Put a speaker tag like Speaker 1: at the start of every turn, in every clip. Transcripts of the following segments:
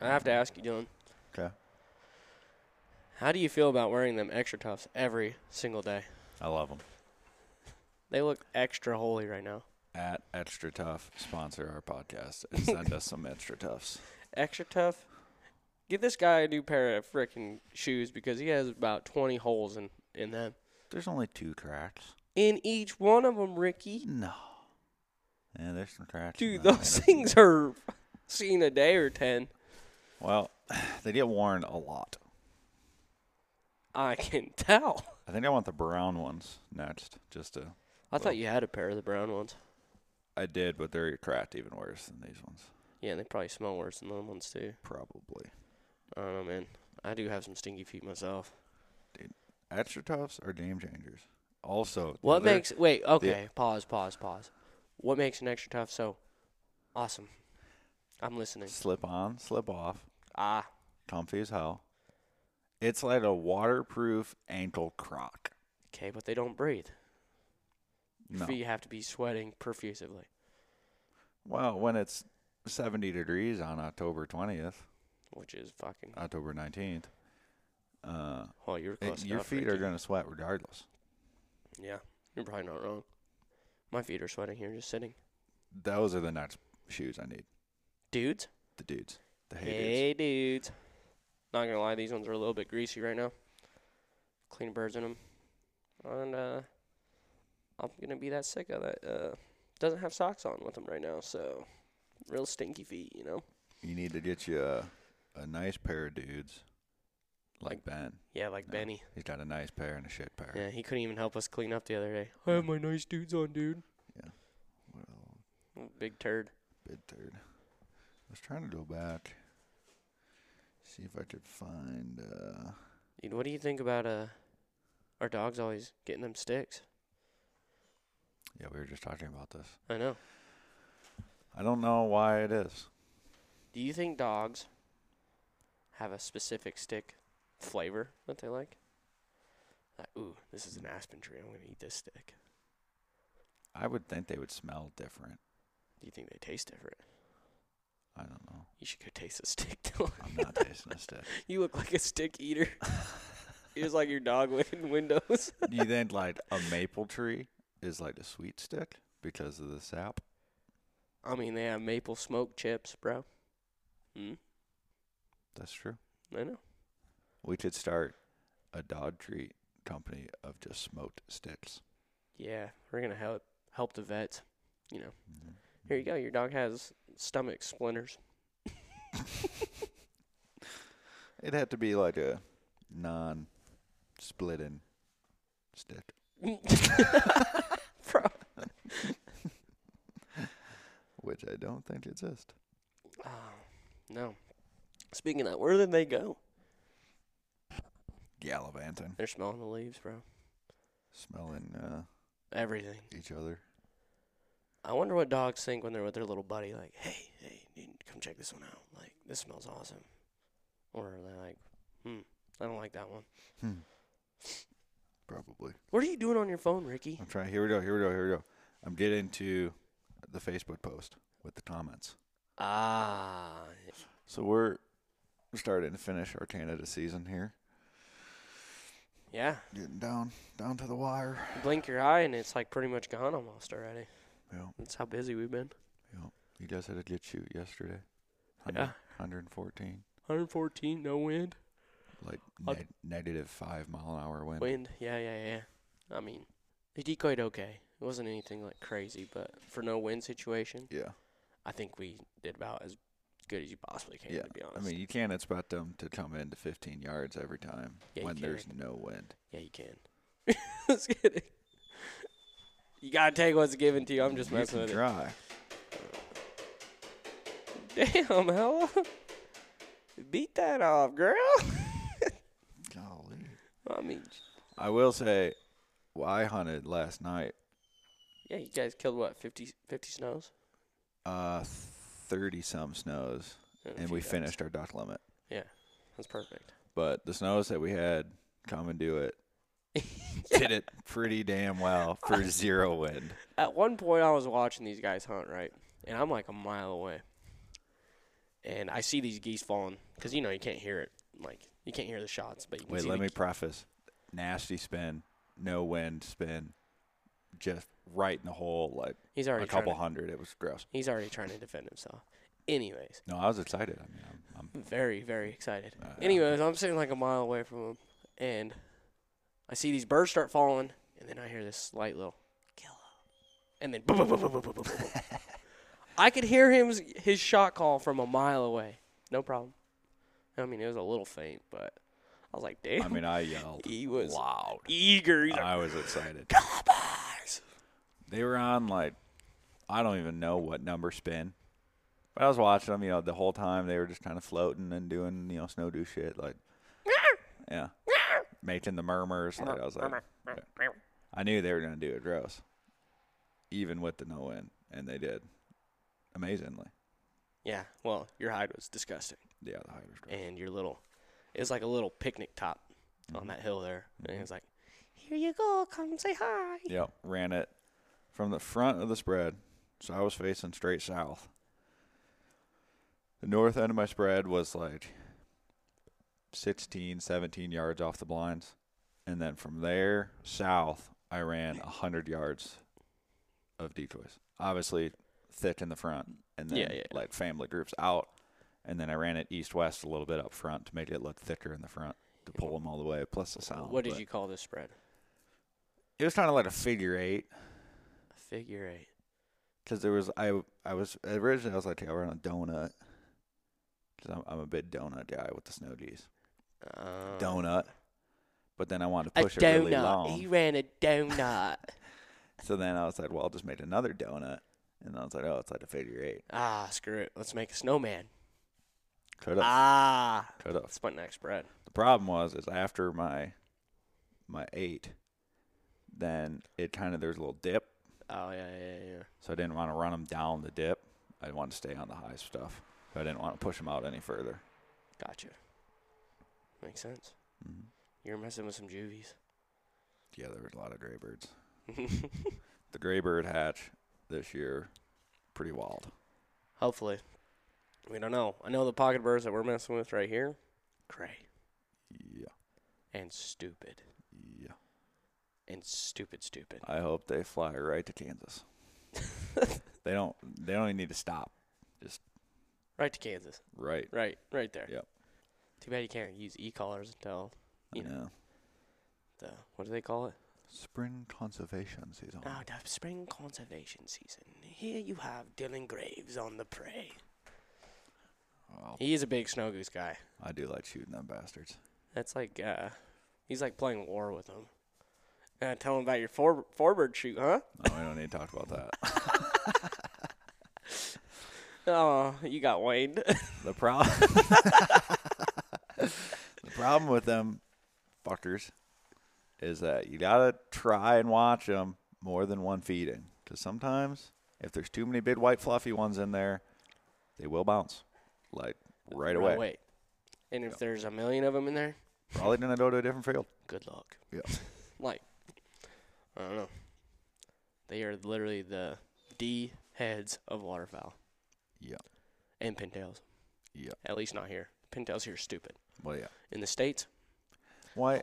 Speaker 1: I have to ask you, Dylan.
Speaker 2: Okay.
Speaker 1: How do you feel about wearing them extra toughs every single day?
Speaker 2: I love them.
Speaker 1: They look extra holy right now.
Speaker 2: At Extra Tough, sponsor our podcast and send us some extra toughs.
Speaker 1: Extra tough. Give this guy a new pair of freaking shoes because he has about 20 holes in, in them.
Speaker 2: There's only two cracks.
Speaker 1: In each one of them, Ricky.
Speaker 2: No. Yeah, there's some cracks. in
Speaker 1: Dude,
Speaker 2: that
Speaker 1: those
Speaker 2: lineup.
Speaker 1: things are seen a day or 10.
Speaker 2: Well, they get worn a lot.
Speaker 1: I can tell.
Speaker 2: I think I want the brown ones next, just to.
Speaker 1: I thought you had a pair of the brown ones.
Speaker 2: I did, but they're cracked even worse than these ones,
Speaker 1: Yeah, and they probably smell worse than those ones, too.
Speaker 2: probably.
Speaker 1: I don't know, man. I do have some stinky feet myself.
Speaker 2: Extra Toughs are game changers. Also, the
Speaker 1: What
Speaker 2: other-
Speaker 1: makes wait? Okay, pause, pause, pause. What makes an extra tough so awesome? I'm listening.
Speaker 2: slip on, slip off,
Speaker 1: Ah,
Speaker 2: comfy as hell. It's like a waterproof ankle crock.
Speaker 1: okay, but they don't breathe.
Speaker 2: No.
Speaker 1: Feet have to be sweating profusely.
Speaker 2: Well, when it's 70 degrees on October 20th,
Speaker 1: Which is fucking.
Speaker 2: October 19th, uh,
Speaker 1: Oh, you're
Speaker 2: it-
Speaker 1: close.
Speaker 2: your
Speaker 1: enough,
Speaker 2: feet are
Speaker 1: Ricky.
Speaker 2: going to sweat regardless.
Speaker 1: Yeah, you're probably not wrong. My feet are sweating here, just sitting.
Speaker 2: Those are the next shoes I need.
Speaker 1: Dudes,
Speaker 2: The dudes. The hey, dudes.
Speaker 1: hey dudes. Not gonna lie, these ones are a little bit greasy right now. Clean birds in them, and uh, I'm gonna be that sick of that. Uh, doesn't have socks on with them right now, so real stinky feet, you know.
Speaker 2: You need to get you a, a nice pair of dudes like Ben.
Speaker 1: Yeah, like
Speaker 2: No.
Speaker 1: Benny.
Speaker 2: He's got a nice pair and a shit pair.
Speaker 1: Yeah, he couldn't even help us clean up the other day. I have my nice dudes on, dude.
Speaker 2: Well,
Speaker 1: Big turd.
Speaker 2: bid third. I was trying to go back, see if I could find. Uh,
Speaker 1: Dude, what do you think about uh, our dogs always getting them sticks?
Speaker 2: yeah, we were just talking about this.
Speaker 1: I know.
Speaker 2: I don't know why it is.
Speaker 1: Do you think dogs have a specific stick flavor that they like? Like, ooh, this is an aspen tree. I'm gonna eat this stick.
Speaker 2: I would think they would smell different.
Speaker 1: Do you think they taste different?
Speaker 2: I don't know.
Speaker 1: You should go taste a stick. Dylan.
Speaker 2: I'm not tasting a stick.
Speaker 1: you look like a stick eater. you was like your dog licking windows.
Speaker 2: Do you think like a maple tree is like a sweet stick because of the sap?
Speaker 1: I mean, they have maple smoke chips, bro. Hmm.
Speaker 2: That's true.
Speaker 1: I know.
Speaker 2: We could start a dog treat company of just smoked sticks.
Speaker 1: Yeah, we're gonna help help the vets. You know,
Speaker 2: Mhm.
Speaker 1: here you go. Your dog has stomach splinters.
Speaker 2: It'd have to be like a non-splitting stick.
Speaker 1: Bro,
Speaker 2: which I don't think exist.
Speaker 1: Oh, no. Speaking of that, where did they go?
Speaker 2: Gallivanting,
Speaker 1: They're smelling the leaves, bro.
Speaker 2: smelling uh,
Speaker 1: Everything.
Speaker 2: each other.
Speaker 1: I wonder what dogs think when they're with their little buddy. Like, hey, hey, dude, come check this one out. Like, this smells awesome. Or they're like, hmm, I don't like that one.
Speaker 2: Hmm. Probably.
Speaker 1: What are you doing on your phone, Ricky?
Speaker 2: I'm trying. Here we go. Here we go. Here we go. I'm getting to the Facebook post with the comments.
Speaker 1: Ah,
Speaker 2: So we're starting to finish our Canada season here.
Speaker 1: yeah.
Speaker 2: Getting down, down to the wire.
Speaker 1: You blink your eye and it's like pretty much gone almost already.
Speaker 2: Yeah.
Speaker 1: That's how busy we've been.
Speaker 2: Yeah. You guys had a good shoot yesterday.
Speaker 1: Yeah.
Speaker 2: 114.
Speaker 1: 114, no wind.
Speaker 2: Like
Speaker 1: I'll-
Speaker 2: neg- negative five mile an hour wind.
Speaker 1: Wind, yeah, yeah, yeah. I mean, he decoyed okay. It wasn't anything like crazy, but for no wind situation,
Speaker 2: Yeah.
Speaker 1: I think we did about as good as you possibly can,
Speaker 2: Yeah,
Speaker 1: to be honest.
Speaker 2: I mean, you can't expect them to come into 15 yards every time
Speaker 1: Yeah, you
Speaker 2: when there's no wind.
Speaker 1: yeah, you can. just kidding. You gotta take what's given to you. I'm just
Speaker 2: You
Speaker 1: messing
Speaker 2: can
Speaker 1: with
Speaker 2: try.
Speaker 1: it. Damn, Hella. Beat that off, girl.
Speaker 2: Golly.
Speaker 1: I mean,
Speaker 2: I will say, well, I hunted last night.
Speaker 1: yeah, you guys killed what, 50, 50 snows?
Speaker 2: Uh, thirty some snows,
Speaker 1: Yeah, a
Speaker 2: and
Speaker 1: few
Speaker 2: we
Speaker 1: guys.
Speaker 2: finished our duck limit.
Speaker 1: Yeah, that's perfect.
Speaker 2: But the snows that we had come and do it did it pretty damn well for zero wind.
Speaker 1: At one point, I was watching these guys hunt, right? And I'm like a mile away. and I see these geese falling because you know you can't hear it, like you can't hear the shots, but you can
Speaker 2: Wait,
Speaker 1: see
Speaker 2: let
Speaker 1: the
Speaker 2: me
Speaker 1: ge-
Speaker 2: preface. Nasty spin, no wind spin, just right in the hole, like
Speaker 1: he's already
Speaker 2: a couple
Speaker 1: trying to,
Speaker 2: hundred. It was gross.
Speaker 1: he's already trying to defend himself. Anyways,
Speaker 2: No, I was excited. I mean, I'm,
Speaker 1: very very excited.
Speaker 2: I'm uh,
Speaker 1: Anyways, I'm sitting like a mile away from him, and I see these birds start falling, and then I hear this slight little kill 'em," and then boom, boom, boom, boom, boom, boom, boom, boom. I could hear him his shot call from a mile away. No problem. I mean, it was a little faint, but I was like, damn.
Speaker 2: I mean, I yelled
Speaker 1: he was
Speaker 2: loud.
Speaker 1: eager. He's like,
Speaker 2: I was excited.
Speaker 1: "Come on."
Speaker 2: They were on like I don't even know what number spin, but I was watching them. You know, the whole time they were just kind of floating and doing you know snowdoo shit, like yeah, making the murmurs. Like I was like, I knew they were gonna do it gross, even with the no win, and they did amazingly.
Speaker 1: Yeah. Well, your hide was disgusting,
Speaker 2: Yeah, the hide was gross.
Speaker 1: and your little, it was like a little picnic top on that hill there, and it was like, here you go, come say hi.
Speaker 2: Yep, ran it from the front of the spread. So I was facing straight south. The north end of my spread was like 16, 17 yards off the blinds. And then from there south, I ran 100 yards of decoys. Obviously, thick in the front and then
Speaker 1: Yeah, yeah.
Speaker 2: like family groups out. And then I ran it east west a little bit up front to make it look thicker in the front to pull them all the way, plus the sound.
Speaker 1: what did
Speaker 2: but
Speaker 1: you call this spread?
Speaker 2: It was kind of like a figure eight.
Speaker 1: A figure eight.
Speaker 2: because there was I I was originally I was like, okay, I'll run a donut because I'm I'm a big donut guy with the snow geese.
Speaker 1: Um,
Speaker 2: Donut, but then I wanted to
Speaker 1: A
Speaker 2: push it
Speaker 1: donut.
Speaker 2: really long.
Speaker 1: He ran a donut.
Speaker 2: So then I was like, well, I'll just make another donut, and I was like, oh, it's like a figure eight.
Speaker 1: ah, screw it. Let's make a snowman.
Speaker 2: Could have,
Speaker 1: Ah,
Speaker 2: could have.
Speaker 1: that's my next spread.
Speaker 2: The problem was is after my my eight, then it kind of there's a little dip,
Speaker 1: Oh yeah, yeah, yeah, yeah.
Speaker 2: so I didn't want to run them down the dip. I wanted to stay on the high stuff. So I didn't want to push them out any further.
Speaker 1: Gotcha. Makes sense.
Speaker 2: Mhm.
Speaker 1: You're messing with some juvies.
Speaker 2: Yeah, there was a lot of gray birds. the Graybird hatch this year, pretty wild.
Speaker 1: Hopefully. We don't know. I know the pocket birds that we're messing with right here. Gray.
Speaker 2: Yeah,
Speaker 1: And stupid.
Speaker 2: yeah.
Speaker 1: And stupid, stupid.
Speaker 2: I hope they fly right to Kansas. they don't. They don't even need to stop.
Speaker 1: Right to Kansas.
Speaker 2: Right.
Speaker 1: Right. Right there.
Speaker 2: Yep.
Speaker 1: Too bad you can't use e collars until
Speaker 2: You
Speaker 1: Yeah.
Speaker 2: know,
Speaker 1: the what do they call it?
Speaker 2: spring conservation season.
Speaker 1: Now the spring conservation season. Here you have Dylan Graves on the prey.
Speaker 2: Well,
Speaker 1: He is a big snow goose guy.
Speaker 2: I do like shooting them bastards.
Speaker 1: That's like uh he's like playing war with him. Uh, tell him about your for- forward shoot, huh?
Speaker 2: No, we don't need to talk about that.
Speaker 1: Oh, you got waned.
Speaker 2: The problem. the problem with them fuckers is that you gotta try and watch them more than one feeding, because sometimes if there's too many big white fluffy ones in there, they will bounce, like right away.
Speaker 1: Oh, Wait. And if there's a million of them in there,
Speaker 2: Probably gonna go to a different field.
Speaker 1: good luck.
Speaker 2: Yeah.
Speaker 1: Like, I don't know. They are literally the D heads of waterfowl
Speaker 2: Yeah.
Speaker 1: and pintails.
Speaker 2: Yeah.
Speaker 1: At least not here. Pintails here are stupid.
Speaker 2: Well, yeah.
Speaker 1: In the states,
Speaker 2: Why?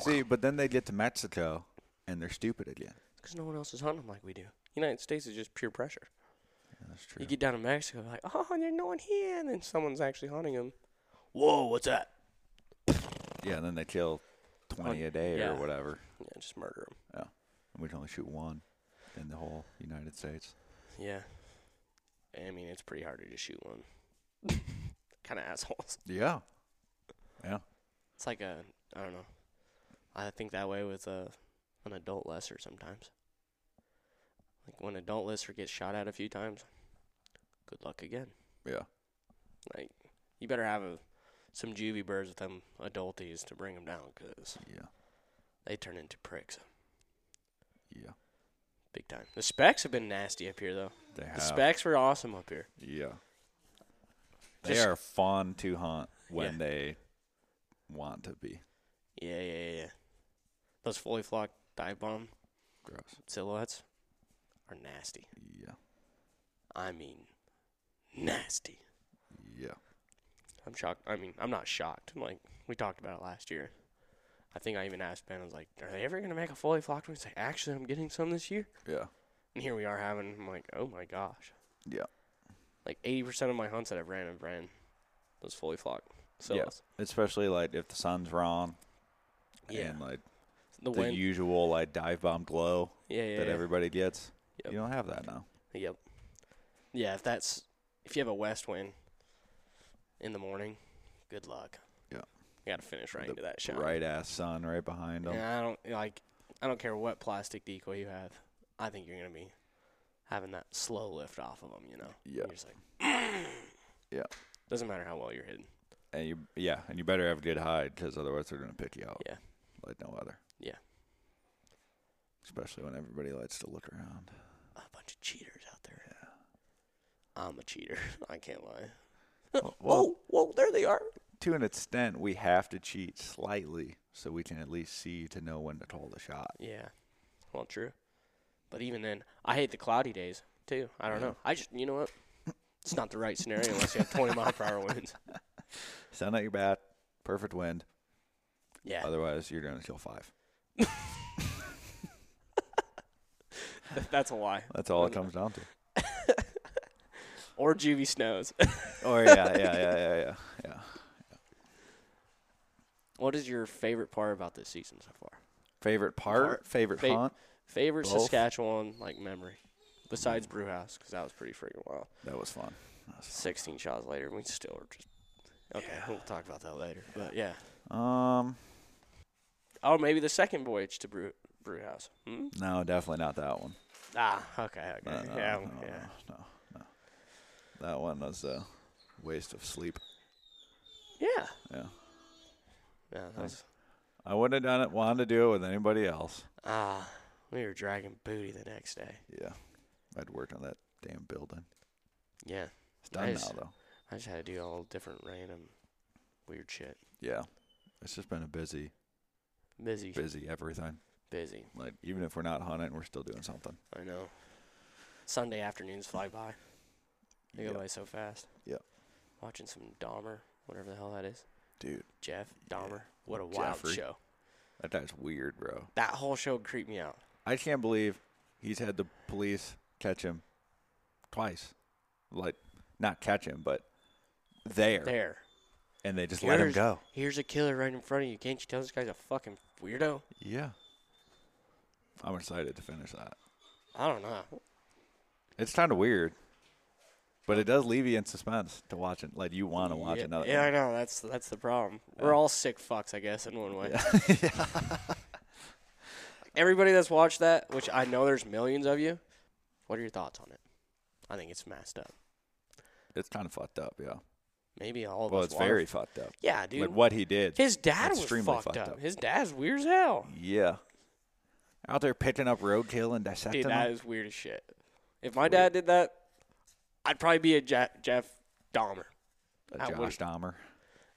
Speaker 2: See, but then they get to Mexico and they're stupid again.
Speaker 1: because no one else is hunting 'em like we do. United States is just pure pressure.
Speaker 2: Yeah, that's true.
Speaker 1: You get down to Mexico, like, oh, there's no one here, and then someone's actually hunting them. Whoa, what's that?
Speaker 2: yeah, and then they kill twenty a day
Speaker 1: Oh, yeah.
Speaker 2: or whatever.
Speaker 1: Yeah, just murder them.
Speaker 2: Yeah. And we can only shoot one in the whole United States.
Speaker 1: Yeah. I mean, it's pretty hard to just shoot one. kind of assholes.
Speaker 2: Yeah.
Speaker 1: It's like a I don't know. I think that way with a an adult lesser sometimes. Like when adult lesser gets shot at a few times, good luck again.
Speaker 2: Yeah.
Speaker 1: Like you better have a, some juvie birds with them adulties to bring them down, 'cause
Speaker 2: Yeah.
Speaker 1: they turn into pricks uh,
Speaker 2: Yeah.
Speaker 1: big time. The specs have been nasty up here though.
Speaker 2: They
Speaker 1: The
Speaker 2: have.
Speaker 1: specs were awesome up here.
Speaker 2: yeah. They
Speaker 1: Just-
Speaker 2: are fun to hunt when they want to be.
Speaker 1: Yeah, yeah, yeah. yeah. Those fully flocked dive bomb
Speaker 2: Gross.
Speaker 1: silhouettes are nasty.
Speaker 2: Yeah.
Speaker 1: I mean, nasty.
Speaker 2: Yeah.
Speaker 1: I'm shocked. I mean, I'm not shocked. Like we talked about it last year. I think I even asked Ben. I was like, "Are they ever gonna make a fully flocked one?" He's like, "Actually, I'm getting some this year."
Speaker 2: Yeah.
Speaker 1: And here we are having. I'm like, "Oh my gosh!"
Speaker 2: Yeah.
Speaker 1: Like 80% of my hunts that I've ran, I've ran those fully flocked. So
Speaker 2: Yeah. Especially like if the sun's wrong.
Speaker 1: Yeah.
Speaker 2: And like
Speaker 1: the
Speaker 2: the
Speaker 1: wind.
Speaker 2: usual like dive bomb glow
Speaker 1: yeah, yeah.
Speaker 2: that
Speaker 1: yeah.
Speaker 2: everybody gets.
Speaker 1: Yep.
Speaker 2: You don't have that now.
Speaker 1: Yep. Yeah, if that's if you have a west wind in the morning, good luck.
Speaker 2: Yeah.
Speaker 1: You got to finish right
Speaker 2: The
Speaker 1: into that shot.
Speaker 2: Right ass sun right behind them.
Speaker 1: And I don't like. I don't care what plastic decoy you have. I think you're gonna be having that slow lift off of them. You know.
Speaker 2: Yeah.
Speaker 1: You're just like.
Speaker 2: Yeah.
Speaker 1: Doesn't matter how well you're hidden.
Speaker 2: And you yeah, and you better have a good hide because otherwise they're gonna pick you out.
Speaker 1: Yeah.
Speaker 2: Like no other.
Speaker 1: Yeah.
Speaker 2: Especially when everybody likes to look around.
Speaker 1: A bunch of cheaters out there. I'm a cheater. I can't lie. Uh, Oh,
Speaker 2: Well, well,
Speaker 1: whoa, there they are.
Speaker 2: to an extent, we have to cheat slightly so we can at least see to know when to call the shot.
Speaker 1: Yeah. Well, true. But even then, I hate the cloudy days too. I don't
Speaker 2: Yeah.
Speaker 1: know. I just, you know what? It's not the right scenario unless you have 20 mile per hour winds.
Speaker 2: Send out your bat, perfect wind.
Speaker 1: Yeah.
Speaker 2: Otherwise, you're going to kill five. Uh,
Speaker 1: That's a lie.
Speaker 2: That's all it
Speaker 1: Okay.
Speaker 2: comes down to.
Speaker 1: Or juvie snows. Oh,
Speaker 2: Or yeah, yeah, yeah, yeah, yeah, yeah.
Speaker 1: what is your favorite part about this season so far?
Speaker 2: Favorite part,
Speaker 1: Part-
Speaker 2: favorite
Speaker 1: fa-
Speaker 2: hunt.
Speaker 1: Favorite
Speaker 2: Both.
Speaker 1: Saskatchewan like memory, besides Brewhouse, because that was pretty freaking wild.
Speaker 2: That was fun. That was
Speaker 1: 16 shots later, we still are just. Okay, we'll talk about that later. But yeah.
Speaker 2: fun. Um,
Speaker 1: Oh, maybe the second voyage to Brew Brewhouse. Hmm?
Speaker 2: no, definitely not that one.
Speaker 1: Ah, okay,
Speaker 2: No,
Speaker 1: okay,
Speaker 2: no,
Speaker 1: yeah,
Speaker 2: no, no,
Speaker 1: yeah.
Speaker 2: no, no. That one was a waste of sleep.
Speaker 1: Yeah.
Speaker 2: Yeah.
Speaker 1: Yeah, that was,
Speaker 2: I wouldn't have done it. Wanted to do it with anybody else.
Speaker 1: ah, we were dragging booty the next day.
Speaker 2: Yeah, I'd worked on that damn building.
Speaker 1: Yeah,
Speaker 2: It's done
Speaker 1: Nice.
Speaker 2: now though.
Speaker 1: I just had to do all different random weird shit.
Speaker 2: Yeah. It's just been a busy,
Speaker 1: Busy,
Speaker 2: busy everything.
Speaker 1: busy.
Speaker 2: Like even if we're not hunting, we're still doing something.
Speaker 1: I know. Sunday afternoons fly by. They go by so fast.
Speaker 2: Yep.
Speaker 1: Watching some Dahmer, whatever the hell that is.
Speaker 2: Dude,
Speaker 1: Jeff
Speaker 2: Yeah.
Speaker 1: Dahmer. What a wild
Speaker 2: Jeffrey.
Speaker 1: show.
Speaker 2: that guy's weird, bro.
Speaker 1: That whole show creeped me out.
Speaker 2: I can't believe he's had the police catch him twice. Like not catch him, but there,
Speaker 1: There.
Speaker 2: and they just let him
Speaker 1: Here's-
Speaker 2: go.
Speaker 1: Here's a killer right in front of you. Can't you tell this guy's a fucking weirdo?
Speaker 2: Yeah. I'm excited to finish that.
Speaker 1: I don't know.
Speaker 2: It's kind of weird, but it does leave you in suspense to watch it. Like you want to watch
Speaker 1: yeah,
Speaker 2: another.
Speaker 1: Yeah, I
Speaker 2: one.
Speaker 1: know. That's that's the problem.
Speaker 2: Yeah.
Speaker 1: We're all sick fucks, I guess, in one way. Everybody that's watched that, which I know there's millions of you, what are your thoughts on it? I think it's messed up.
Speaker 2: It's kind of fucked up. Yeah.
Speaker 1: Maybe all of
Speaker 2: Well,
Speaker 1: us.
Speaker 2: it's
Speaker 1: wanna-
Speaker 2: very fucked up.
Speaker 1: Yeah, dude.
Speaker 2: Like what he did.
Speaker 1: His dad was
Speaker 2: extremely
Speaker 1: fucked,
Speaker 2: fucked
Speaker 1: up.
Speaker 2: up.
Speaker 1: His dad's weird as hell.
Speaker 2: Yeah. Out there picking up roadkill and dissecting
Speaker 1: Dude, that
Speaker 2: them.
Speaker 1: is weird as shit. If my dad did that, I'd probably be a ja- Jeff Dahmer.
Speaker 2: Uh,
Speaker 1: I
Speaker 2: Josh
Speaker 1: wouldn't-
Speaker 2: Dahmer.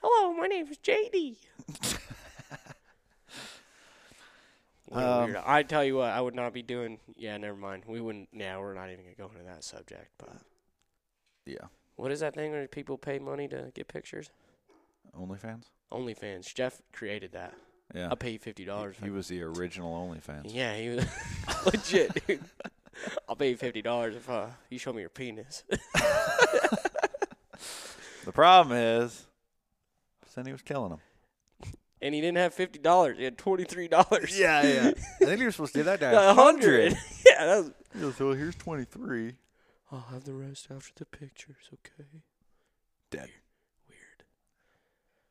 Speaker 1: Hello, my name is JD. What a
Speaker 2: Um,
Speaker 1: weirdo. I tell you what, I would not be doing. Yeah, never mind. We wouldn't. Yeah, we're not even gonna go into that subject. But
Speaker 2: Yeah.
Speaker 1: what is that thing where people pay money to get pictures?
Speaker 2: OnlyFans?
Speaker 1: OnlyFans. Jeff created that.
Speaker 2: Yeah.
Speaker 1: I'll pay you fifty dollars.
Speaker 2: He was the original OnlyFans.
Speaker 1: Yeah, he was legit, dude. I'll pay you fifty dollars if uh, you show me your penis.
Speaker 2: The problem is, then he was killing them.
Speaker 1: and he didn't have fifty dollars. He had twenty three dollars.
Speaker 2: yeah. I think you were supposed to give that guy
Speaker 1: a hundred. yeah, that was.
Speaker 2: so here's 23.
Speaker 1: I'll have the rest after the pictures, okay?
Speaker 2: Dead.
Speaker 1: Weird.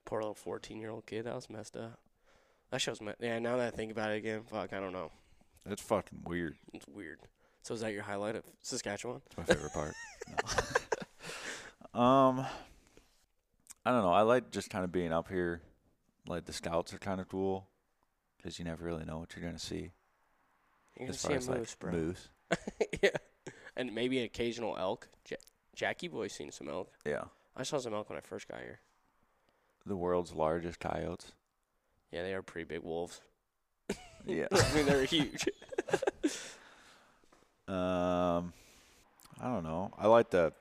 Speaker 1: Poor little 14 year old kid. That was messed up. That show's me- Yeah, now that I think about it again, fuck, I don't know.
Speaker 2: That's fucking weird.
Speaker 1: It's weird. So, is that your highlight of Saskatchewan?
Speaker 2: It's my favorite part. No. um, I don't know. I like just kind of being up here. Like the scouts are kind of cool because you never really know what you're going to see.
Speaker 1: You're
Speaker 2: as
Speaker 1: going
Speaker 2: far
Speaker 1: to
Speaker 2: as
Speaker 1: see a moose,
Speaker 2: like
Speaker 1: bro.
Speaker 2: moose.
Speaker 1: yeah. And maybe an occasional elk. Ja- Jackie Boy's seen some elk.
Speaker 2: Yeah.
Speaker 1: I saw some elk when I first got here.
Speaker 2: The world's largest coyotes.
Speaker 1: Yeah, they are pretty big wolves.
Speaker 2: Yeah.
Speaker 1: I mean, they're huge.
Speaker 2: Um, I don't know. I like the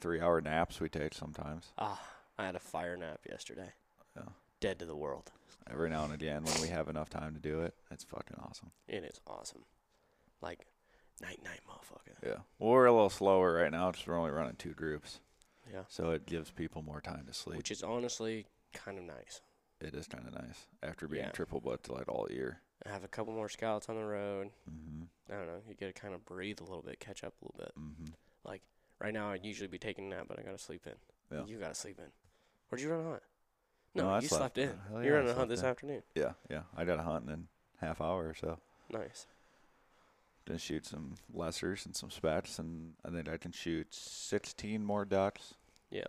Speaker 2: three hour naps we take sometimes.
Speaker 1: Ah, I had a fire nap yesterday.
Speaker 2: Yeah.
Speaker 1: Dead to the world.
Speaker 2: Every now and again when we have enough time to do it. It's fucking awesome.
Speaker 1: It is awesome. Like, night, night, motherfucker.
Speaker 2: Yeah. Well, we're a little slower right now because we're only running two groups.
Speaker 1: Yeah.
Speaker 2: So it gives people more time to sleep.
Speaker 1: Which is honestly kind of nice.
Speaker 2: it is kind of nice after being
Speaker 1: Yeah.
Speaker 2: triple butt like all year.
Speaker 1: I have a couple more scouts on the road.
Speaker 2: Mm-hmm.
Speaker 1: I don't know. You get to kind of breathe a little bit, catch up a little bit.
Speaker 2: Mm-hmm.
Speaker 1: Like, right now, I'd usually be taking a nap, but I got to sleep in.
Speaker 2: Yeah.
Speaker 1: You got to sleep in. Where'd you run a hunt? No,
Speaker 2: No, I
Speaker 1: you
Speaker 2: slept
Speaker 1: slept, in.
Speaker 2: in.
Speaker 1: You're
Speaker 2: Hell yeah, I
Speaker 1: running a hunt
Speaker 2: slept
Speaker 1: this
Speaker 2: in.
Speaker 1: afternoon.
Speaker 2: Yeah. Yeah. I got a hunt in a half hour or so.
Speaker 1: Nice.
Speaker 2: Gonna shoot some lessers and some spats, and I think I can shoot 16 more ducks.
Speaker 1: Yeah.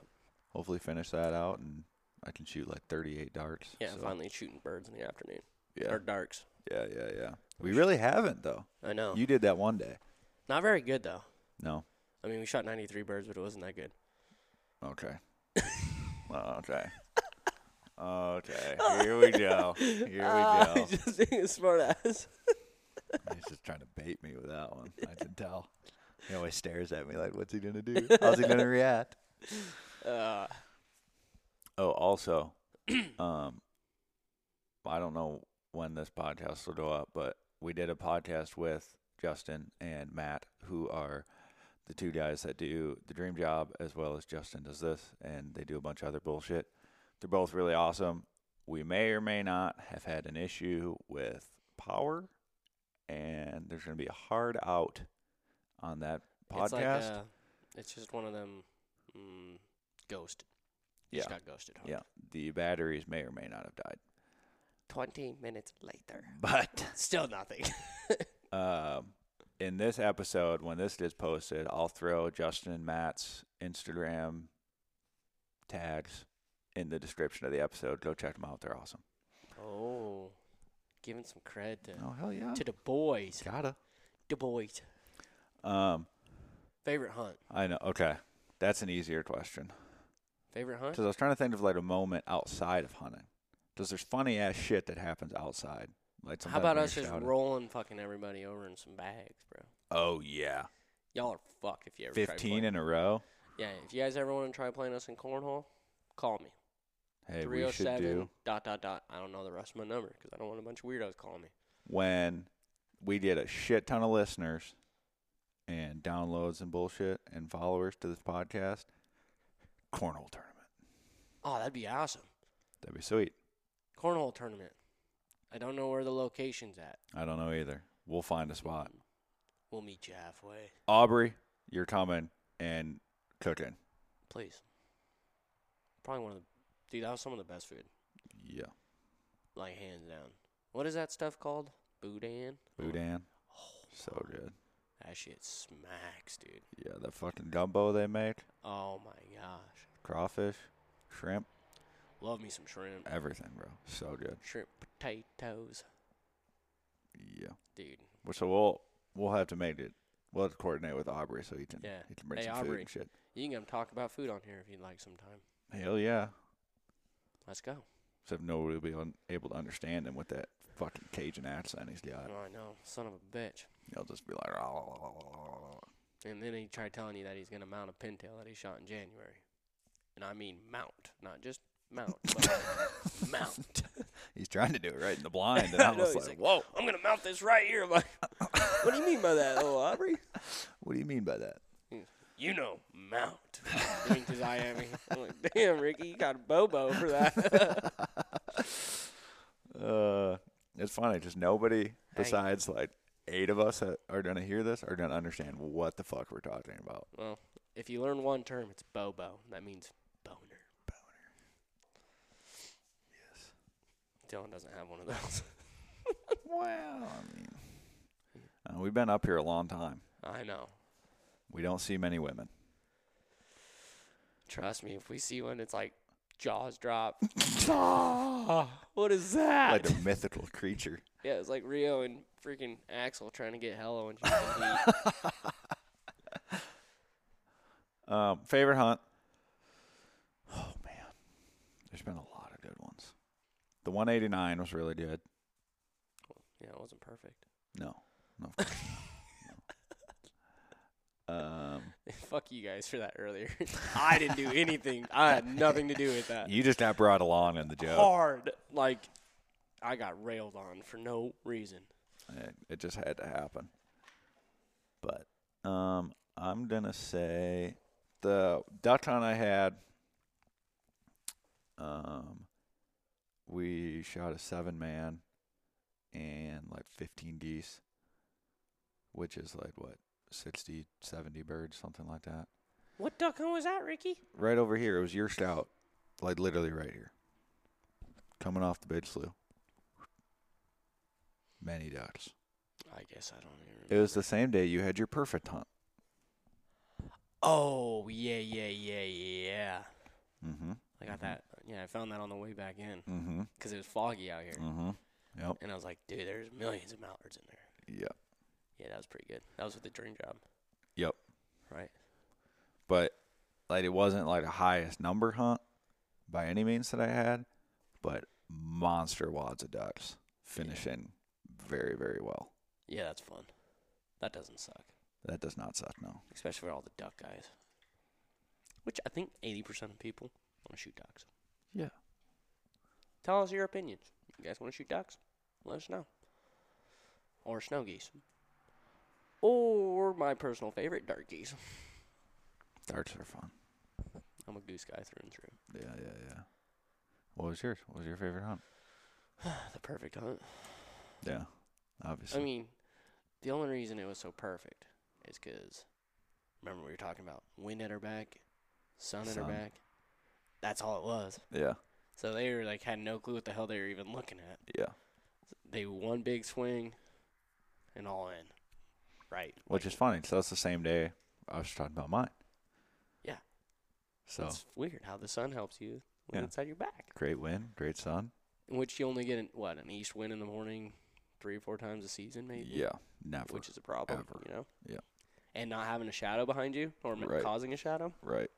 Speaker 2: Hopefully finish that out, and I can shoot like 38 darts.
Speaker 1: Yeah,
Speaker 2: so-
Speaker 1: finally shooting birds in the afternoon.
Speaker 2: Yeah.
Speaker 1: Or darks.
Speaker 2: Yeah. Yeah. Yeah. We really haven't though.
Speaker 1: I know.
Speaker 2: You did that one day.
Speaker 1: Not very good, though.
Speaker 2: No.
Speaker 1: I mean, we shot 93 birds, but it wasn't that good.
Speaker 2: Okay. okay. Okay. Here we go. Here we
Speaker 1: Ah,
Speaker 2: go.
Speaker 1: he's just being a smart ass.
Speaker 2: He's just trying to bait me with that one. I can tell. He always stares at me like, "What's he gonna do? How's he gonna react?"
Speaker 1: Uh,
Speaker 2: Oh, also, um, I don't know when this podcast will go up, but we did a podcast with Justin and Matt, who are the two guys that do the dream job as well as Justin does this, and they do a bunch of other bullshit. They're both really awesome. We may or may not have had an issue with power, and there's going to be a hard out on that podcast.
Speaker 1: It's, like, uh, it's just one of them mm, ghost.
Speaker 2: yeah,
Speaker 1: Just got ghosted. huh?
Speaker 2: yeah. The batteries may or may not have died,
Speaker 1: 20 minutes later.
Speaker 2: but.
Speaker 1: Still nothing.
Speaker 2: Um, in this episode, when this is posted, I'll throw Justin and Matt's Instagram tags in the description of the episode. Go check them out; they're awesome.
Speaker 1: oh. Giving some cred to,
Speaker 2: Oh hell yeah,
Speaker 1: to the boys.
Speaker 2: gotta.
Speaker 1: The boys.
Speaker 2: Um,
Speaker 1: Favorite hunt.
Speaker 2: I know. Okay, that's an easier question
Speaker 1: Favorite hunt?
Speaker 2: because I was trying to think of like a moment outside of hunting. Because there's funny ass shit that happens outside. Like
Speaker 1: How
Speaker 2: sometimes
Speaker 1: about
Speaker 2: when
Speaker 1: us
Speaker 2: you're
Speaker 1: just
Speaker 2: shouting-
Speaker 1: rolling fucking everybody over in some bags, bro?
Speaker 2: Oh yeah,
Speaker 1: Y'all are fucked if you ever try
Speaker 2: fifteen
Speaker 1: playing.
Speaker 2: in a row.
Speaker 1: Yeah, if you guys ever want to try playing us in cornhole, call me.
Speaker 2: Hey, we should
Speaker 1: 307
Speaker 2: do.
Speaker 1: dot dot dot. I don't know the rest of my number because I don't want a bunch of weirdos calling me.
Speaker 2: when we get a shit ton of listeners and downloads and bullshit and followers to this podcast, cornhole tournament.
Speaker 1: Oh, that'd be awesome.
Speaker 2: That'd be sweet.
Speaker 1: Cornhole tournament. I don't know where the location's at.
Speaker 2: I don't know either. We'll find a spot.
Speaker 1: We'll meet you halfway.
Speaker 2: Aubrey, you're coming and cooking.
Speaker 1: Please. Probably one of the dude, that was some of the best food.
Speaker 2: Yeah.
Speaker 1: Like hands down. What is that stuff called? Boudin?
Speaker 2: Boudin.
Speaker 1: Oh.
Speaker 2: So good.
Speaker 1: That shit smacks, dude.
Speaker 2: Yeah, that fucking gumbo they make,
Speaker 1: Oh my gosh.
Speaker 2: crawfish, shrimp,
Speaker 1: Love me some shrimp.
Speaker 2: everything, bro. So good.
Speaker 1: Shrimp potatoes.
Speaker 2: Yeah.
Speaker 1: Dude.
Speaker 2: Well, So we'll we'll have to make it. We'll have to coordinate with Aubrey so he can
Speaker 1: Yeah.
Speaker 2: he can bring
Speaker 1: Hey,
Speaker 2: some food
Speaker 1: Aubrey.
Speaker 2: and shit.
Speaker 1: You can come talk about food on here if you'd like sometime.
Speaker 2: Hell yeah.
Speaker 1: Let's go.
Speaker 2: Except nobody will be un- able to understand him with that fucking Cajun accent he's got.
Speaker 1: oh, I know. Son of a bitch.
Speaker 2: He'll just be like, "Oh."
Speaker 1: And then he tried telling you that he's going to mount a pintail that he shot in January. And I mean mount, not just mount, but mount.
Speaker 2: he's trying to do it right in the blind. And I,
Speaker 1: I know,
Speaker 2: was
Speaker 1: he's like-
Speaker 2: like, whoa,
Speaker 1: I'm going to mount this right here. I'm like, what do you mean by that, little Aubrey?
Speaker 2: what do you mean by that?
Speaker 1: You know, mount. I mean, because I am. I'm like, damn, Ricky, you got Bobo for that.
Speaker 2: Uh, it's funny, just nobody besides like eight of us that are going to hear this are going to understand what the fuck we're talking about.
Speaker 1: well, if you learn one term, it's Bobo. That means boner. Dylan doesn't have one of those.
Speaker 2: Well, I mean, uh, we've been up here a long time.
Speaker 1: I know.
Speaker 2: We don't see many women.
Speaker 1: Trust me, if we see one, it's like jaws drop. Ah, what is that?
Speaker 2: Like a mythical creature.
Speaker 1: yeah, it's like Rio and freaking Axel trying to get Hello and she's in heat.
Speaker 2: Um, favorite hunt. Oh man, there's been a lot of good ones. The 189 was really good.
Speaker 1: Yeah, it wasn't perfect.
Speaker 2: No, no. of course not. No. Um,
Speaker 1: fuck you guys for that earlier. I didn't do anything. I had nothing to do with that.
Speaker 2: You just got brought along in the joke.
Speaker 1: Hard. Like, I got railed on for no reason.
Speaker 2: It, it just had to happen. But um, I'm gonna say the duck hunt I had. Um, we shot a seven man and like 15 geese, which is like what 60, 70 birds, something like that.
Speaker 1: What duck hunt was that, Ricky?
Speaker 2: Right over here, it was your stout, like literally right here, coming off the big slough. Many ducks.
Speaker 1: I guess I don't even remember.
Speaker 2: It was the same day you had your perfect hunt.
Speaker 1: Oh, yeah, yeah, yeah, yeah.
Speaker 2: Mm-hmm.
Speaker 1: I got that. Yeah, I found that on the way back in
Speaker 2: Mm-hmm.
Speaker 1: because it was foggy out here.
Speaker 2: Mm-hmm. Yep.
Speaker 1: And I was like, dude, there's millions of mallards in there.
Speaker 2: Yep.
Speaker 1: Yeah, that was pretty good. That was with the dream job,
Speaker 2: Yep.
Speaker 1: right?
Speaker 2: But like it wasn't like a highest number hunt by any means that I had, but monster wads of ducks finishing very, very well.
Speaker 1: Yeah, that's fun. That doesn't suck,
Speaker 2: That does not suck, no.
Speaker 1: especially for all the duck guys, which I think 80% of people want to shoot ducks.
Speaker 2: Yeah.
Speaker 1: Tell us your opinions. You guys want to shoot ducks? Let us know. Or snow geese. Or my personal favorite, dark geese.
Speaker 2: Darts are fun.
Speaker 1: I'm a goose guy through and through.
Speaker 2: Yeah, yeah, yeah. What was yours? What was your favorite hunt?
Speaker 1: The perfect hunt.
Speaker 2: Yeah.
Speaker 1: I
Speaker 2: Obviously.
Speaker 1: mean, the only reason it was so perfect is 'cause remember we were talking about wind at her back, sun at her
Speaker 2: Sun.
Speaker 1: back. That's all it was.
Speaker 2: yeah.
Speaker 1: So they were like had no clue what the hell they were even looking at.
Speaker 2: Yeah.
Speaker 1: They one big swing, and all in. Right.
Speaker 2: Which is funny. So that's the same day I was talking about mine.
Speaker 1: Yeah.
Speaker 2: So
Speaker 1: It's weird how the sun helps you when
Speaker 2: Yeah.
Speaker 1: it's at your back,
Speaker 2: great wind, great sun.
Speaker 1: which you only get in, what an east wind in the morning, three or four times a season maybe.
Speaker 2: Yeah. Never.
Speaker 1: Which is a problem,
Speaker 2: Ever.
Speaker 1: you know.
Speaker 2: Yeah.
Speaker 1: And not having a shadow behind you or ma-
Speaker 2: Right.
Speaker 1: causing a shadow.
Speaker 2: right.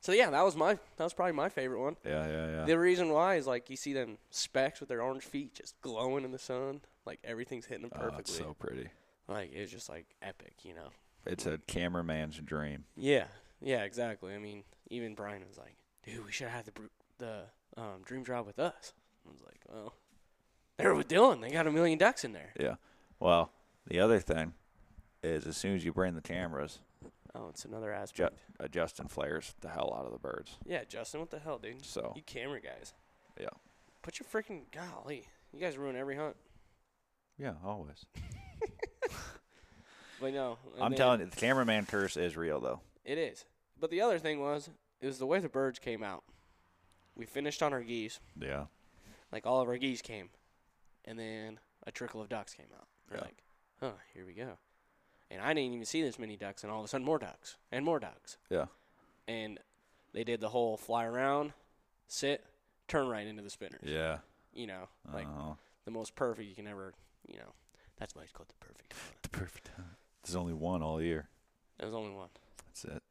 Speaker 1: So yeah, that was my that was probably my favorite one.
Speaker 2: Yeah, yeah, yeah.
Speaker 1: The reason why is like you see them specks with their orange feet just glowing in the sun, like everything's hitting them
Speaker 2: Oh, it's
Speaker 1: perfectly.
Speaker 2: so pretty.
Speaker 1: like it was just like epic, you know.
Speaker 2: It's a cameraman's dream.
Speaker 1: Yeah, yeah, exactly. I mean, even Brian was like, "Dude, we should have had the br- the um, dream job with us." I was like, "Well, they're with Dylan. They got a million ducks in there."
Speaker 2: Yeah. Well, the other thing is, as soon as you bring the cameras,
Speaker 1: Oh, it's another
Speaker 2: Ju-
Speaker 1: aspect.
Speaker 2: uh, Justin flares the hell out of the birds.
Speaker 1: yeah, Justin, what the hell, dude?
Speaker 2: So
Speaker 1: You camera guys,
Speaker 2: Oh. yeah,
Speaker 1: put your freaking golly. You guys ruin every hunt.
Speaker 2: yeah, always.
Speaker 1: But no, and
Speaker 2: I'm
Speaker 1: then-
Speaker 2: telling you, the cameraman curse is real though.
Speaker 1: It is. But the other thing was, it was the way the birds came out. We finished on our geese,
Speaker 2: Yeah.
Speaker 1: like all of our geese came, and then a trickle of ducks came out. We're
Speaker 2: Yeah.
Speaker 1: like, huh, here we go. And I didn't even see this many ducks, and all of a sudden more ducks and more ducks.
Speaker 2: Yeah.
Speaker 1: And they did the whole fly around, sit, turn right into the spinners.
Speaker 2: Yeah.
Speaker 1: You know, like
Speaker 2: uh-huh.
Speaker 1: the most perfect you can ever, you know. That's why it's called the perfect. hunt.
Speaker 2: the perfect. time. There's only one all year.
Speaker 1: There's only one.
Speaker 2: That's it.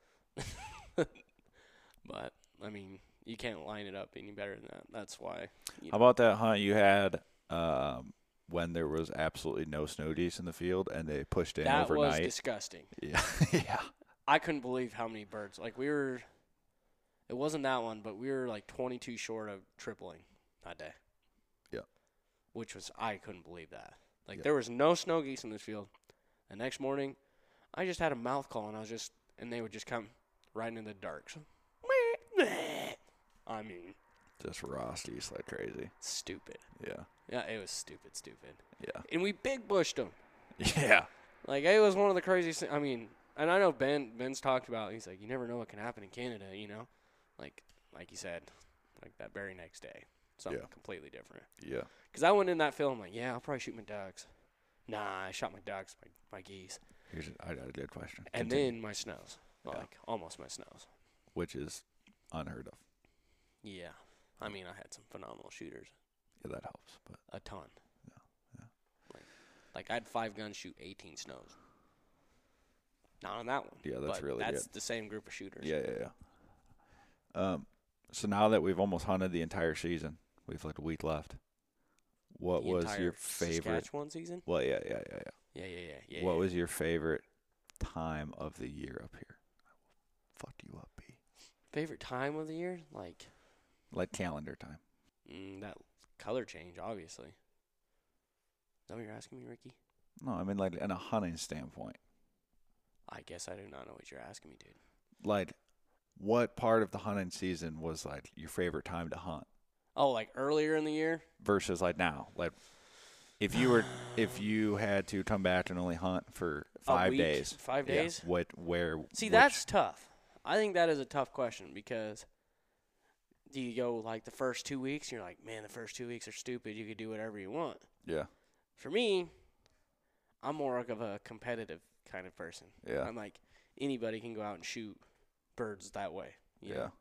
Speaker 1: But, I mean, you can't line it up any better than that. That's why.
Speaker 2: How about that hunt you had um, when there was absolutely no snow geese in the field and they pushed in
Speaker 1: that was
Speaker 2: overnight?
Speaker 1: disgusting.
Speaker 2: yeah. yeah.
Speaker 1: I couldn't believe how many birds. Like we were, it wasn't that one, but we were like 22 short of tripling that day.
Speaker 2: Yeah.
Speaker 1: Which was I couldn't believe that. Like
Speaker 2: Yeah.
Speaker 1: there was no snow geese in this field. The next morning, I just had a mouth call and I was just and they would just come right into the darks. I mean,
Speaker 2: Just rosties like crazy.
Speaker 1: stupid.
Speaker 2: Yeah.
Speaker 1: Yeah, it was stupid, stupid.
Speaker 2: Yeah.
Speaker 1: And we big bushed them.
Speaker 2: Yeah.
Speaker 1: Like it was one of the craziest. thi- I mean, and I know Ben. Ben's talked about. He's like, you never know what can happen in Canada. You know, like like you said, like that very next day, something
Speaker 2: Yeah.
Speaker 1: completely different.
Speaker 2: Yeah.
Speaker 1: Because I went in that film like, yeah, I'll probably shoot my ducks. Nah, I shot my ducks, my, my geese,
Speaker 2: Here's a, I got a good question.
Speaker 1: and
Speaker 2: Continue.
Speaker 1: then my snows,
Speaker 2: Yeah.
Speaker 1: like almost my snows.
Speaker 2: which is unheard of.
Speaker 1: Yeah, I mean, I had some phenomenal shooters,
Speaker 2: Yeah, that helps. But
Speaker 1: a ton.
Speaker 2: Yeah, yeah.
Speaker 1: Like, like I had five guns shoot 18 snows. Not on that one.
Speaker 2: Yeah, that's
Speaker 1: but
Speaker 2: really
Speaker 1: that's the same group of shooters.
Speaker 2: yeah, yeah, yeah. Um, so now that we've almost hunted the entire season, we've like a week left. What
Speaker 1: the
Speaker 2: was your
Speaker 1: entire
Speaker 2: favorite?
Speaker 1: Saskatchewan season?
Speaker 2: Well, yeah, yeah, yeah, yeah.
Speaker 1: Yeah, yeah, yeah, yeah.
Speaker 2: what
Speaker 1: yeah.
Speaker 2: was your favorite time of the year up here? fuck you up, B.
Speaker 1: Favorite time of the year? Like
Speaker 2: Like calendar time.
Speaker 1: mm, that color change, obviously. Is that what you're asking me, Ricky?
Speaker 2: No, I mean like in a hunting standpoint.
Speaker 1: I guess I do not know what you're asking me, dude.
Speaker 2: Like what part of the hunting season was like your favorite time to hunt
Speaker 1: Oh, like earlier in the year?
Speaker 2: versus like now? Like if you were if you had to come back and only hunt for
Speaker 1: A
Speaker 2: five
Speaker 1: week?
Speaker 2: days.
Speaker 1: Five
Speaker 2: yeah,
Speaker 1: days?
Speaker 2: what where
Speaker 1: See,
Speaker 2: which-
Speaker 1: that's tough. I think that is a tough question because do you go like the first two weeks? And you're like, man, the first two weeks are stupid. You could do whatever you want.
Speaker 2: Yeah.
Speaker 1: For me, I'm more of a competitive kind of person.
Speaker 2: Yeah.
Speaker 1: I'm like, anybody can go out and shoot birds that way. you
Speaker 2: yeah.
Speaker 1: know?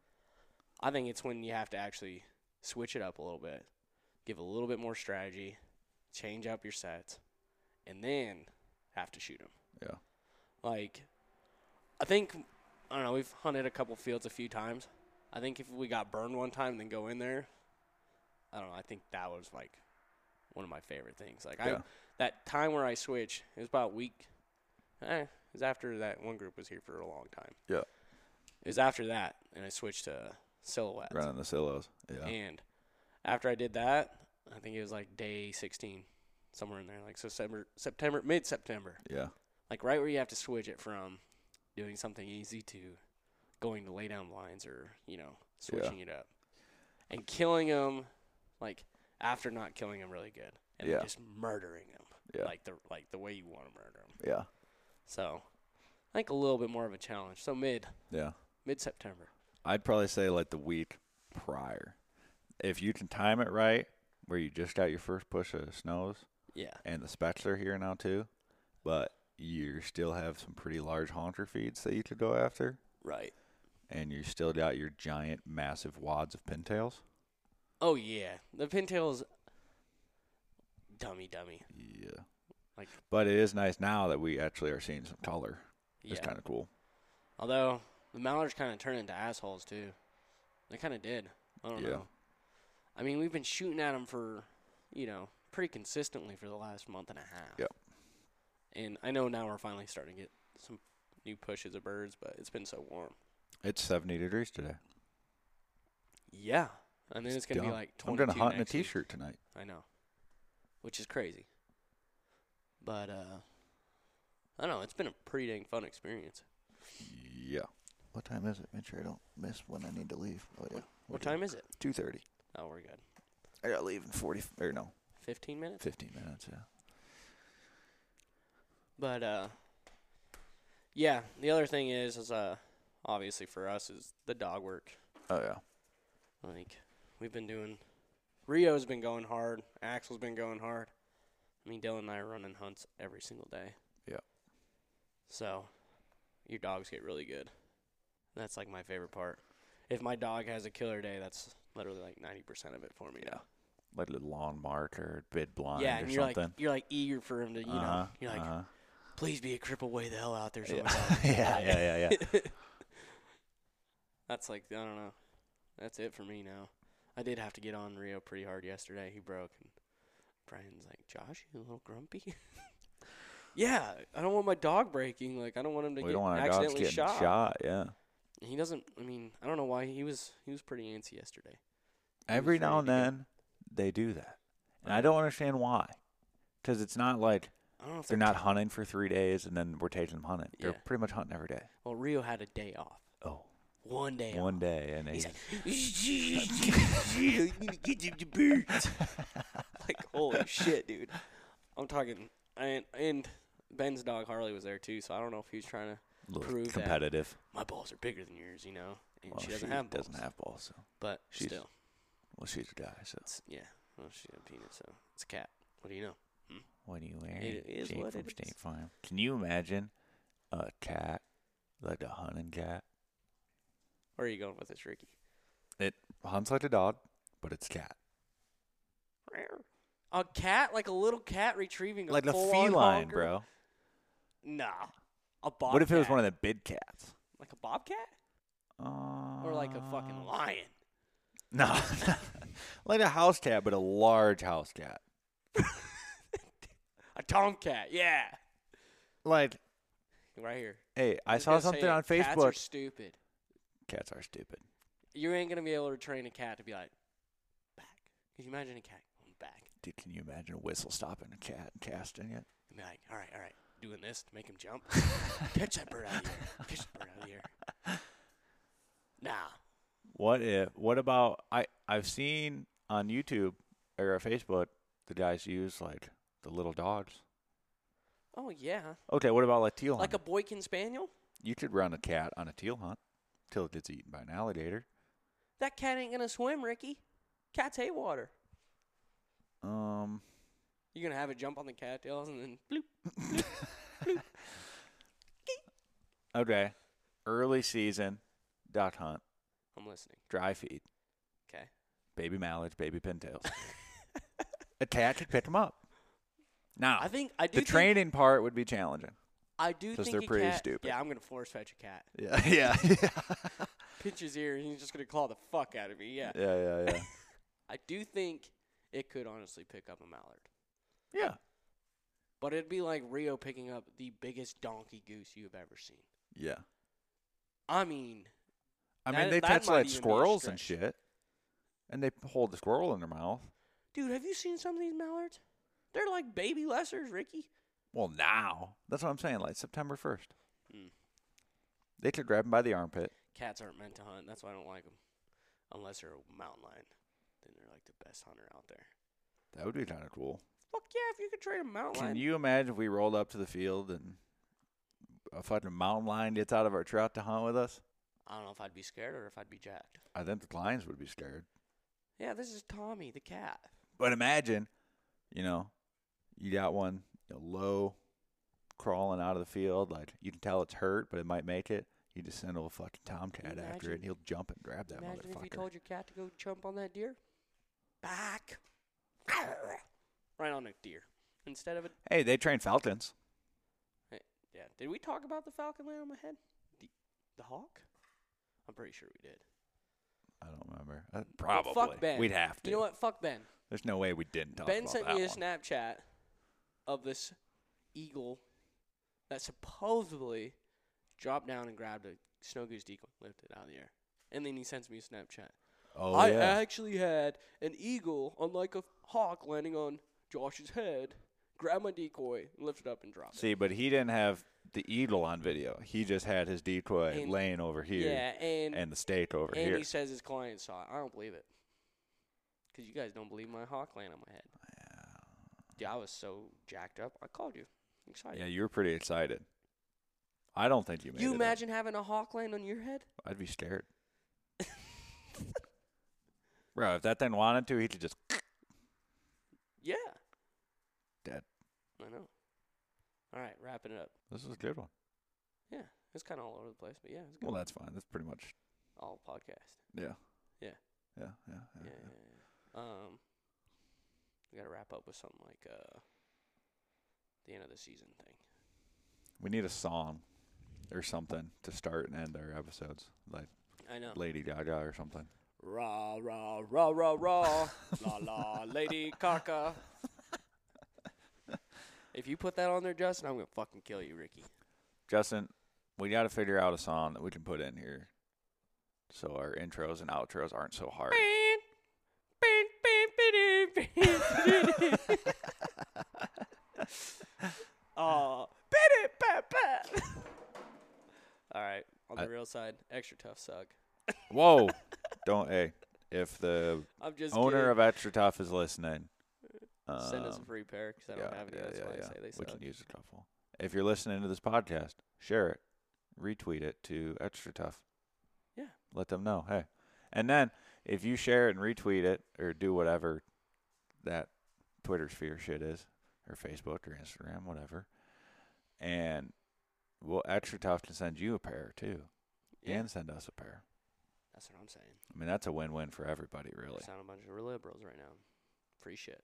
Speaker 1: I think it's when you have to actually switch it up a little bit, give a little bit more strategy, change up your sets, and then have to shoot them.
Speaker 2: Yeah.
Speaker 1: Like, I think I don't know. We've hunted a couple fields a few times. I think if we got burned one time, and then go in there. I don't know. I think that was like one of my favorite things. Like I
Speaker 2: Yeah.
Speaker 1: that time where I switched it was about a week. Eh, it was after that one group was here for a long time.
Speaker 2: Yeah.
Speaker 1: It was after that, and I switched to silhouettes.
Speaker 2: Running the silos. Yeah.
Speaker 1: And after I did that, I think it was like day 16, somewhere in there, like so September, September, mid September,
Speaker 2: yeah.
Speaker 1: like right where you have to switch it from doing something easy to going to lay down blinds or you know switching it up and killing them, like after not killing them really good and then
Speaker 2: Yeah.
Speaker 1: just murdering them,
Speaker 2: Yeah.
Speaker 1: like the like the way you want to murder them.
Speaker 2: Yeah.
Speaker 1: So I think a little bit more of a challenge. So mid
Speaker 2: Yeah.
Speaker 1: mid September.
Speaker 2: I'd probably say like the week prior. If you can time it right, where you just got your first push of snows
Speaker 1: Yeah.
Speaker 2: and the spats are here now too, but you still have some pretty large haunter feeds that you could go after,
Speaker 1: Right.
Speaker 2: and you still got your giant, massive wads of pintails.
Speaker 1: Oh yeah, the pintails. Dummy, dummy.
Speaker 2: Yeah.
Speaker 1: Like-
Speaker 2: but it is nice now that we actually are seeing some color.
Speaker 1: Yeah.
Speaker 2: It's kind of cool.
Speaker 1: Although the mallards kind of turn into assholes too. They kind of did. I don't
Speaker 2: Yeah.
Speaker 1: know. I mean, we've been shooting at them for, you know, pretty consistently for the last month and a half.
Speaker 2: Yep.
Speaker 1: And I know now we're finally starting to get some new pushes of birds, but it's been so warm.
Speaker 2: It's 70 degrees today.
Speaker 1: Yeah. And then it's gonna be
Speaker 2: Dumb.
Speaker 1: like
Speaker 2: I'm
Speaker 1: twenty.
Speaker 2: gonna hunt in a t-shirt tonight.
Speaker 1: I know. Which is crazy. But uh, I don't know. It's been a pretty dang fun experience.
Speaker 2: Yeah.
Speaker 3: What time is it? Make sure I don't miss when I need to leave. Oh yeah.
Speaker 1: What time is it?
Speaker 2: Two thirty.
Speaker 1: Oh, we're good.
Speaker 3: I gotta leave in forty.
Speaker 2: Or no,
Speaker 1: Fifteen minutes.
Speaker 2: 15 minutes. Yeah.
Speaker 1: But uh yeah, the other thing is is uh obviously for us is the dog work.
Speaker 2: Oh yeah.
Speaker 1: Like we've been doing Rio's been going hard, Axel's been going hard. I mean Dylan and I are running hunts every single day.
Speaker 2: Yeah.
Speaker 1: So your dogs get really good. That's like my favorite part. If my dog has a killer day, that's literally like ninety percent of it for me.
Speaker 2: Yeah.
Speaker 1: now.
Speaker 2: like a lawn mark or bid blind
Speaker 1: Yeah,
Speaker 2: or
Speaker 1: and you're
Speaker 2: something.
Speaker 1: like you're like eager for him to, you know,
Speaker 2: Uh-huh,
Speaker 1: you're like,
Speaker 2: uh-huh.
Speaker 1: please be a cripple way the hell out there. So my dog
Speaker 2: yeah. yeah, yeah, yeah, yeah.
Speaker 1: That's like I don't know. That's it for me now. I did have to get on Rio pretty hard yesterday. He broke, and Brian's like, "Josh, you a little grumpy." yeah, I don't want my dog breaking. Like I don't want him to
Speaker 2: We
Speaker 1: get
Speaker 2: don't want our dogs
Speaker 1: accidentally
Speaker 2: getting shot.
Speaker 1: shot.
Speaker 2: Yeah.
Speaker 1: And He doesn't. I mean, I don't know why he was. He was pretty antsy yesterday.
Speaker 2: Every
Speaker 1: afraid
Speaker 2: now and
Speaker 1: to get-
Speaker 2: then they do that, and I
Speaker 1: Right.
Speaker 2: don't understand why. Because it's not like
Speaker 1: I don't know if
Speaker 2: they're not hunting for three days and then we're taking them hunting.
Speaker 1: Yeah.
Speaker 2: They're pretty much hunting every day.
Speaker 1: Well, Rio had a day off.
Speaker 2: Oh,
Speaker 1: One day.
Speaker 2: one day and
Speaker 1: He's
Speaker 2: they,
Speaker 1: like, "You need to get them the birds. like, holy shit, dude. I'm talking. And, and Ben's dog Harley was there too, so I don't know if he was trying to. prove
Speaker 2: little
Speaker 1: that.
Speaker 2: competitive.
Speaker 1: My balls are bigger than yours, you know? And
Speaker 2: Well,
Speaker 1: she doesn't have balls.
Speaker 2: doesn't have balls. So.
Speaker 1: but
Speaker 2: she's-
Speaker 1: still.
Speaker 2: Well, she's a guy, so
Speaker 1: It's, yeah. Well, she's got a penis, so it's a cat. What do you know?
Speaker 2: what do you wear?
Speaker 1: It is
Speaker 2: Jane
Speaker 1: what
Speaker 2: from
Speaker 1: it is.
Speaker 2: State Farm. Can you imagine a cat like a hunting cat?
Speaker 1: Where are you going with this, Ricky?
Speaker 2: Hunts like a dog, but it's cat.
Speaker 1: A cat? Like a little cat retrieving a
Speaker 2: like a
Speaker 1: full-on
Speaker 2: feline,
Speaker 1: honker?
Speaker 2: bro.
Speaker 1: Nah. A bobcat.
Speaker 2: What if it was one of the big cats?
Speaker 1: Like a bobcat?
Speaker 2: Uh,
Speaker 1: Or like a fucking lion?
Speaker 2: no, like a house cat, but a large house cat.
Speaker 1: A tomcat, yeah.
Speaker 2: Like,
Speaker 1: Right here.
Speaker 2: hey, I
Speaker 1: was
Speaker 2: saw
Speaker 1: gonna say
Speaker 2: something
Speaker 1: it.
Speaker 2: on
Speaker 1: Cats are
Speaker 2: Facebook.
Speaker 1: stupid.
Speaker 2: Cats are stupid.
Speaker 1: You ain't gonna be able to train a cat to be like back. Could you imagine a cat going back
Speaker 2: Dude, can you imagine a whistle stopping a cat and casting it?
Speaker 1: and be like, all right, all right, doing this to make him jump? Catch that bird out of here. Catch that bird out of here. Nah.
Speaker 2: What if? What about? I I've seen on YouTube or Facebook the guys use like the little dogs.
Speaker 1: Oh yeah.
Speaker 2: Okay, what about like teal?
Speaker 1: Like a
Speaker 2: hunt?
Speaker 1: boykin spaniel.
Speaker 2: you could run a cat on a teal hunt till it gets eaten by an alligator.
Speaker 1: That cat ain't gonna swim, Ricky. Cat's hay water.
Speaker 2: Um,
Speaker 1: You're gonna have it jump on the cattails and then bloop.
Speaker 2: okay, early season duck hunt,
Speaker 1: I'm listening.
Speaker 2: dry feed,
Speaker 1: Okay.
Speaker 2: baby mallets, baby pintails. a cat could pick them up. Now
Speaker 1: I think I do.
Speaker 2: the
Speaker 1: think,
Speaker 2: training part would be challenging.
Speaker 1: I do
Speaker 2: 'cause
Speaker 1: think
Speaker 2: they're
Speaker 1: a
Speaker 2: pretty
Speaker 1: cat-
Speaker 2: stupid.
Speaker 1: Yeah, I'm gonna force fetch a cat.
Speaker 2: Yeah, yeah, yeah,
Speaker 1: Pinch his ear and he's just gonna claw the fuck out of me. Yeah.
Speaker 2: yeah, yeah.
Speaker 1: I do think it could honestly pick up a mallard,
Speaker 2: yeah.
Speaker 1: but it'd be like Rio picking up the biggest donkey goose you've ever seen.
Speaker 2: Yeah.
Speaker 1: I mean,
Speaker 2: I
Speaker 1: That-
Speaker 2: mean, they
Speaker 1: that
Speaker 2: catch
Speaker 1: might
Speaker 2: like
Speaker 1: even be a
Speaker 2: squirrels and
Speaker 1: stretch.
Speaker 2: shit, and they hold the squirrel in their mouth.
Speaker 1: dude, have you seen some of these mallards? They're like baby lessers, Ricky.
Speaker 2: Well, now that's what I'm saying. Like September first,
Speaker 1: Hmm.
Speaker 2: they could grab him by the armpit.
Speaker 1: Cats aren't meant to hunt. That's why I don't like them, unless they're a mountain lion. Then they're like the best hunter out there.
Speaker 2: That would be kind of cool.
Speaker 1: Fuck yeah! If you could trade a mountain
Speaker 2: Can
Speaker 1: lion,
Speaker 2: you imagine if we rolled up to the field and a fucking mountain lion gets out of our trout to hunt with us?
Speaker 1: I don't know if I'd be scared or if I'd be jacked.
Speaker 2: I think the lions would be scared.
Speaker 1: Yeah, this is Tommy the cat.
Speaker 2: But imagine, you know, you got one you know, low crawling out of the field. Like you can tell it's hurt, but it might make it. You just send a little fucking tomcat after
Speaker 1: Imagine-
Speaker 2: it, and he'll jump and grab that
Speaker 1: Imagine
Speaker 2: motherfucker.
Speaker 1: if you told your cat to go jump on that deer. Back. right on a deer. Instead of a.
Speaker 2: hey, they train falcons.
Speaker 1: Yeah. Did we talk about the falcon laying on my head? The, the hawk? I'm pretty sure we did.
Speaker 2: I don't remember. Uh,
Speaker 1: Well,
Speaker 2: probably.
Speaker 1: fuck Ben.
Speaker 2: We'd have to.
Speaker 1: You know what? Fuck Ben.
Speaker 2: There's no way we didn't talk
Speaker 1: ben
Speaker 2: about
Speaker 1: sent
Speaker 2: that
Speaker 1: me a
Speaker 2: one.
Speaker 1: Snapchat of this eagle that supposedly dropped down and grabbed a snow goose decoy, lifted it out of the air. And then he sends me a Snapchat.
Speaker 2: oh
Speaker 1: I
Speaker 2: yeah.
Speaker 1: actually had an eagle, unlike a hawk, landing on Josh's head, grab my decoy, lift it up, and drop
Speaker 2: See, but he didn't have the eagle on video. He just had his decoy
Speaker 1: And-
Speaker 2: laying over
Speaker 1: it.
Speaker 2: here
Speaker 1: yeah, and and,
Speaker 2: and the stake over here.
Speaker 1: he says his client saw it. I don't believe it. Because you guys don't believe my hawk land on my head. Dude, I was so jacked up. I called you. I'm
Speaker 2: Yeah,
Speaker 1: excited.
Speaker 2: you were pretty excited. I don't think you made
Speaker 1: you
Speaker 2: it up.
Speaker 1: imagine having a hawk land on your head?
Speaker 2: I'd be scared. Bro, if that thing wanted to, he could just
Speaker 1: Yeah.
Speaker 2: dead.
Speaker 1: I know. All right, wrapping it up.
Speaker 2: This is a good one.
Speaker 1: Yeah, it's kind of all over the place, but yeah, it's good.
Speaker 2: Well, that's fine. That's pretty much
Speaker 1: all podcast.
Speaker 2: yeah.
Speaker 1: Yeah.
Speaker 2: Yeah, yeah, yeah.
Speaker 1: yeah, yeah, yeah. Um, we gotta wrap up with something like uh, the end of the season thing.
Speaker 2: We need a song or something to start and end our episodes, like
Speaker 1: I know.
Speaker 2: Lady Gaga or something.
Speaker 1: Rah rah rah rah rah, la la, Lady Gaga. If you put that on there, Justin, I'm gonna fucking kill you, Ricky.
Speaker 2: Justin, we got to figure out a song that we can put in here so our intros and outros aren't so hard.
Speaker 1: Oh, beat it, bat, bat. All right, on the
Speaker 2: I-
Speaker 1: real side, extra tough suck.
Speaker 2: Whoa. Don't, hey, if the
Speaker 1: I'm just
Speaker 2: owner
Speaker 1: kidding.
Speaker 2: of Extra Tough is listening,
Speaker 1: Send us a
Speaker 2: um,
Speaker 1: free pair because I don't have any. That's why I say they
Speaker 2: we
Speaker 1: suck.
Speaker 2: can use a couple. If you're listening to this podcast, share it, retweet it to Extra Tough.
Speaker 1: Yeah.
Speaker 2: Let them know, hey. And then if you share it and retweet it or do whatever that Twitter sphere shit is, or Facebook or Instagram, whatever, and well, Extra Tough can send you a pair too,
Speaker 1: Yeah.
Speaker 2: and send us a pair.
Speaker 1: That's what I'm saying.
Speaker 2: I mean, that's a win-win for everybody, really.
Speaker 1: Sound a bunch of liberals right now. Free shit.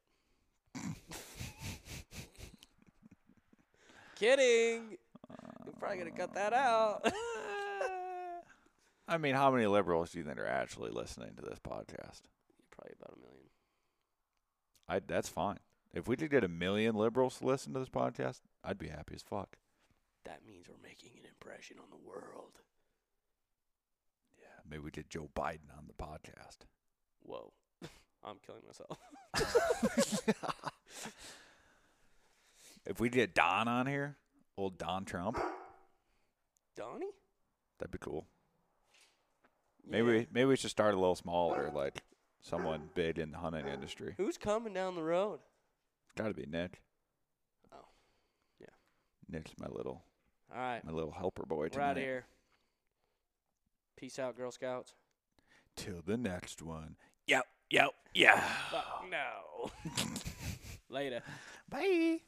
Speaker 1: Kidding. We're probably gonna cut that out.
Speaker 2: I mean, how many liberals do you think are actually listening to this podcast?
Speaker 1: probably about a million.
Speaker 2: I that's fine. If we could get a million liberals to listen to this podcast, I'd be happy as fuck.
Speaker 1: That means we're making an impression on the world.
Speaker 2: Yeah, Maybe we did Joe Biden on the podcast.
Speaker 1: Whoa. I'm killing myself.
Speaker 2: If we did Don on here, old Don Trump,
Speaker 1: Donnie?
Speaker 2: that'd be cool. Maybe we, maybe we should start a little smaller, like someone big in the hunting industry.
Speaker 1: Who's coming down the road?
Speaker 2: Got to be Nick.
Speaker 1: Oh. Yeah.
Speaker 2: Nick's my little
Speaker 1: All right.
Speaker 2: my little helper boy
Speaker 1: We're
Speaker 2: tonight.
Speaker 1: out of here. Peace out, Girl Scouts.
Speaker 2: Till the next one. Yep, yep, yeah.
Speaker 1: Fuck no. Later.
Speaker 2: Bye.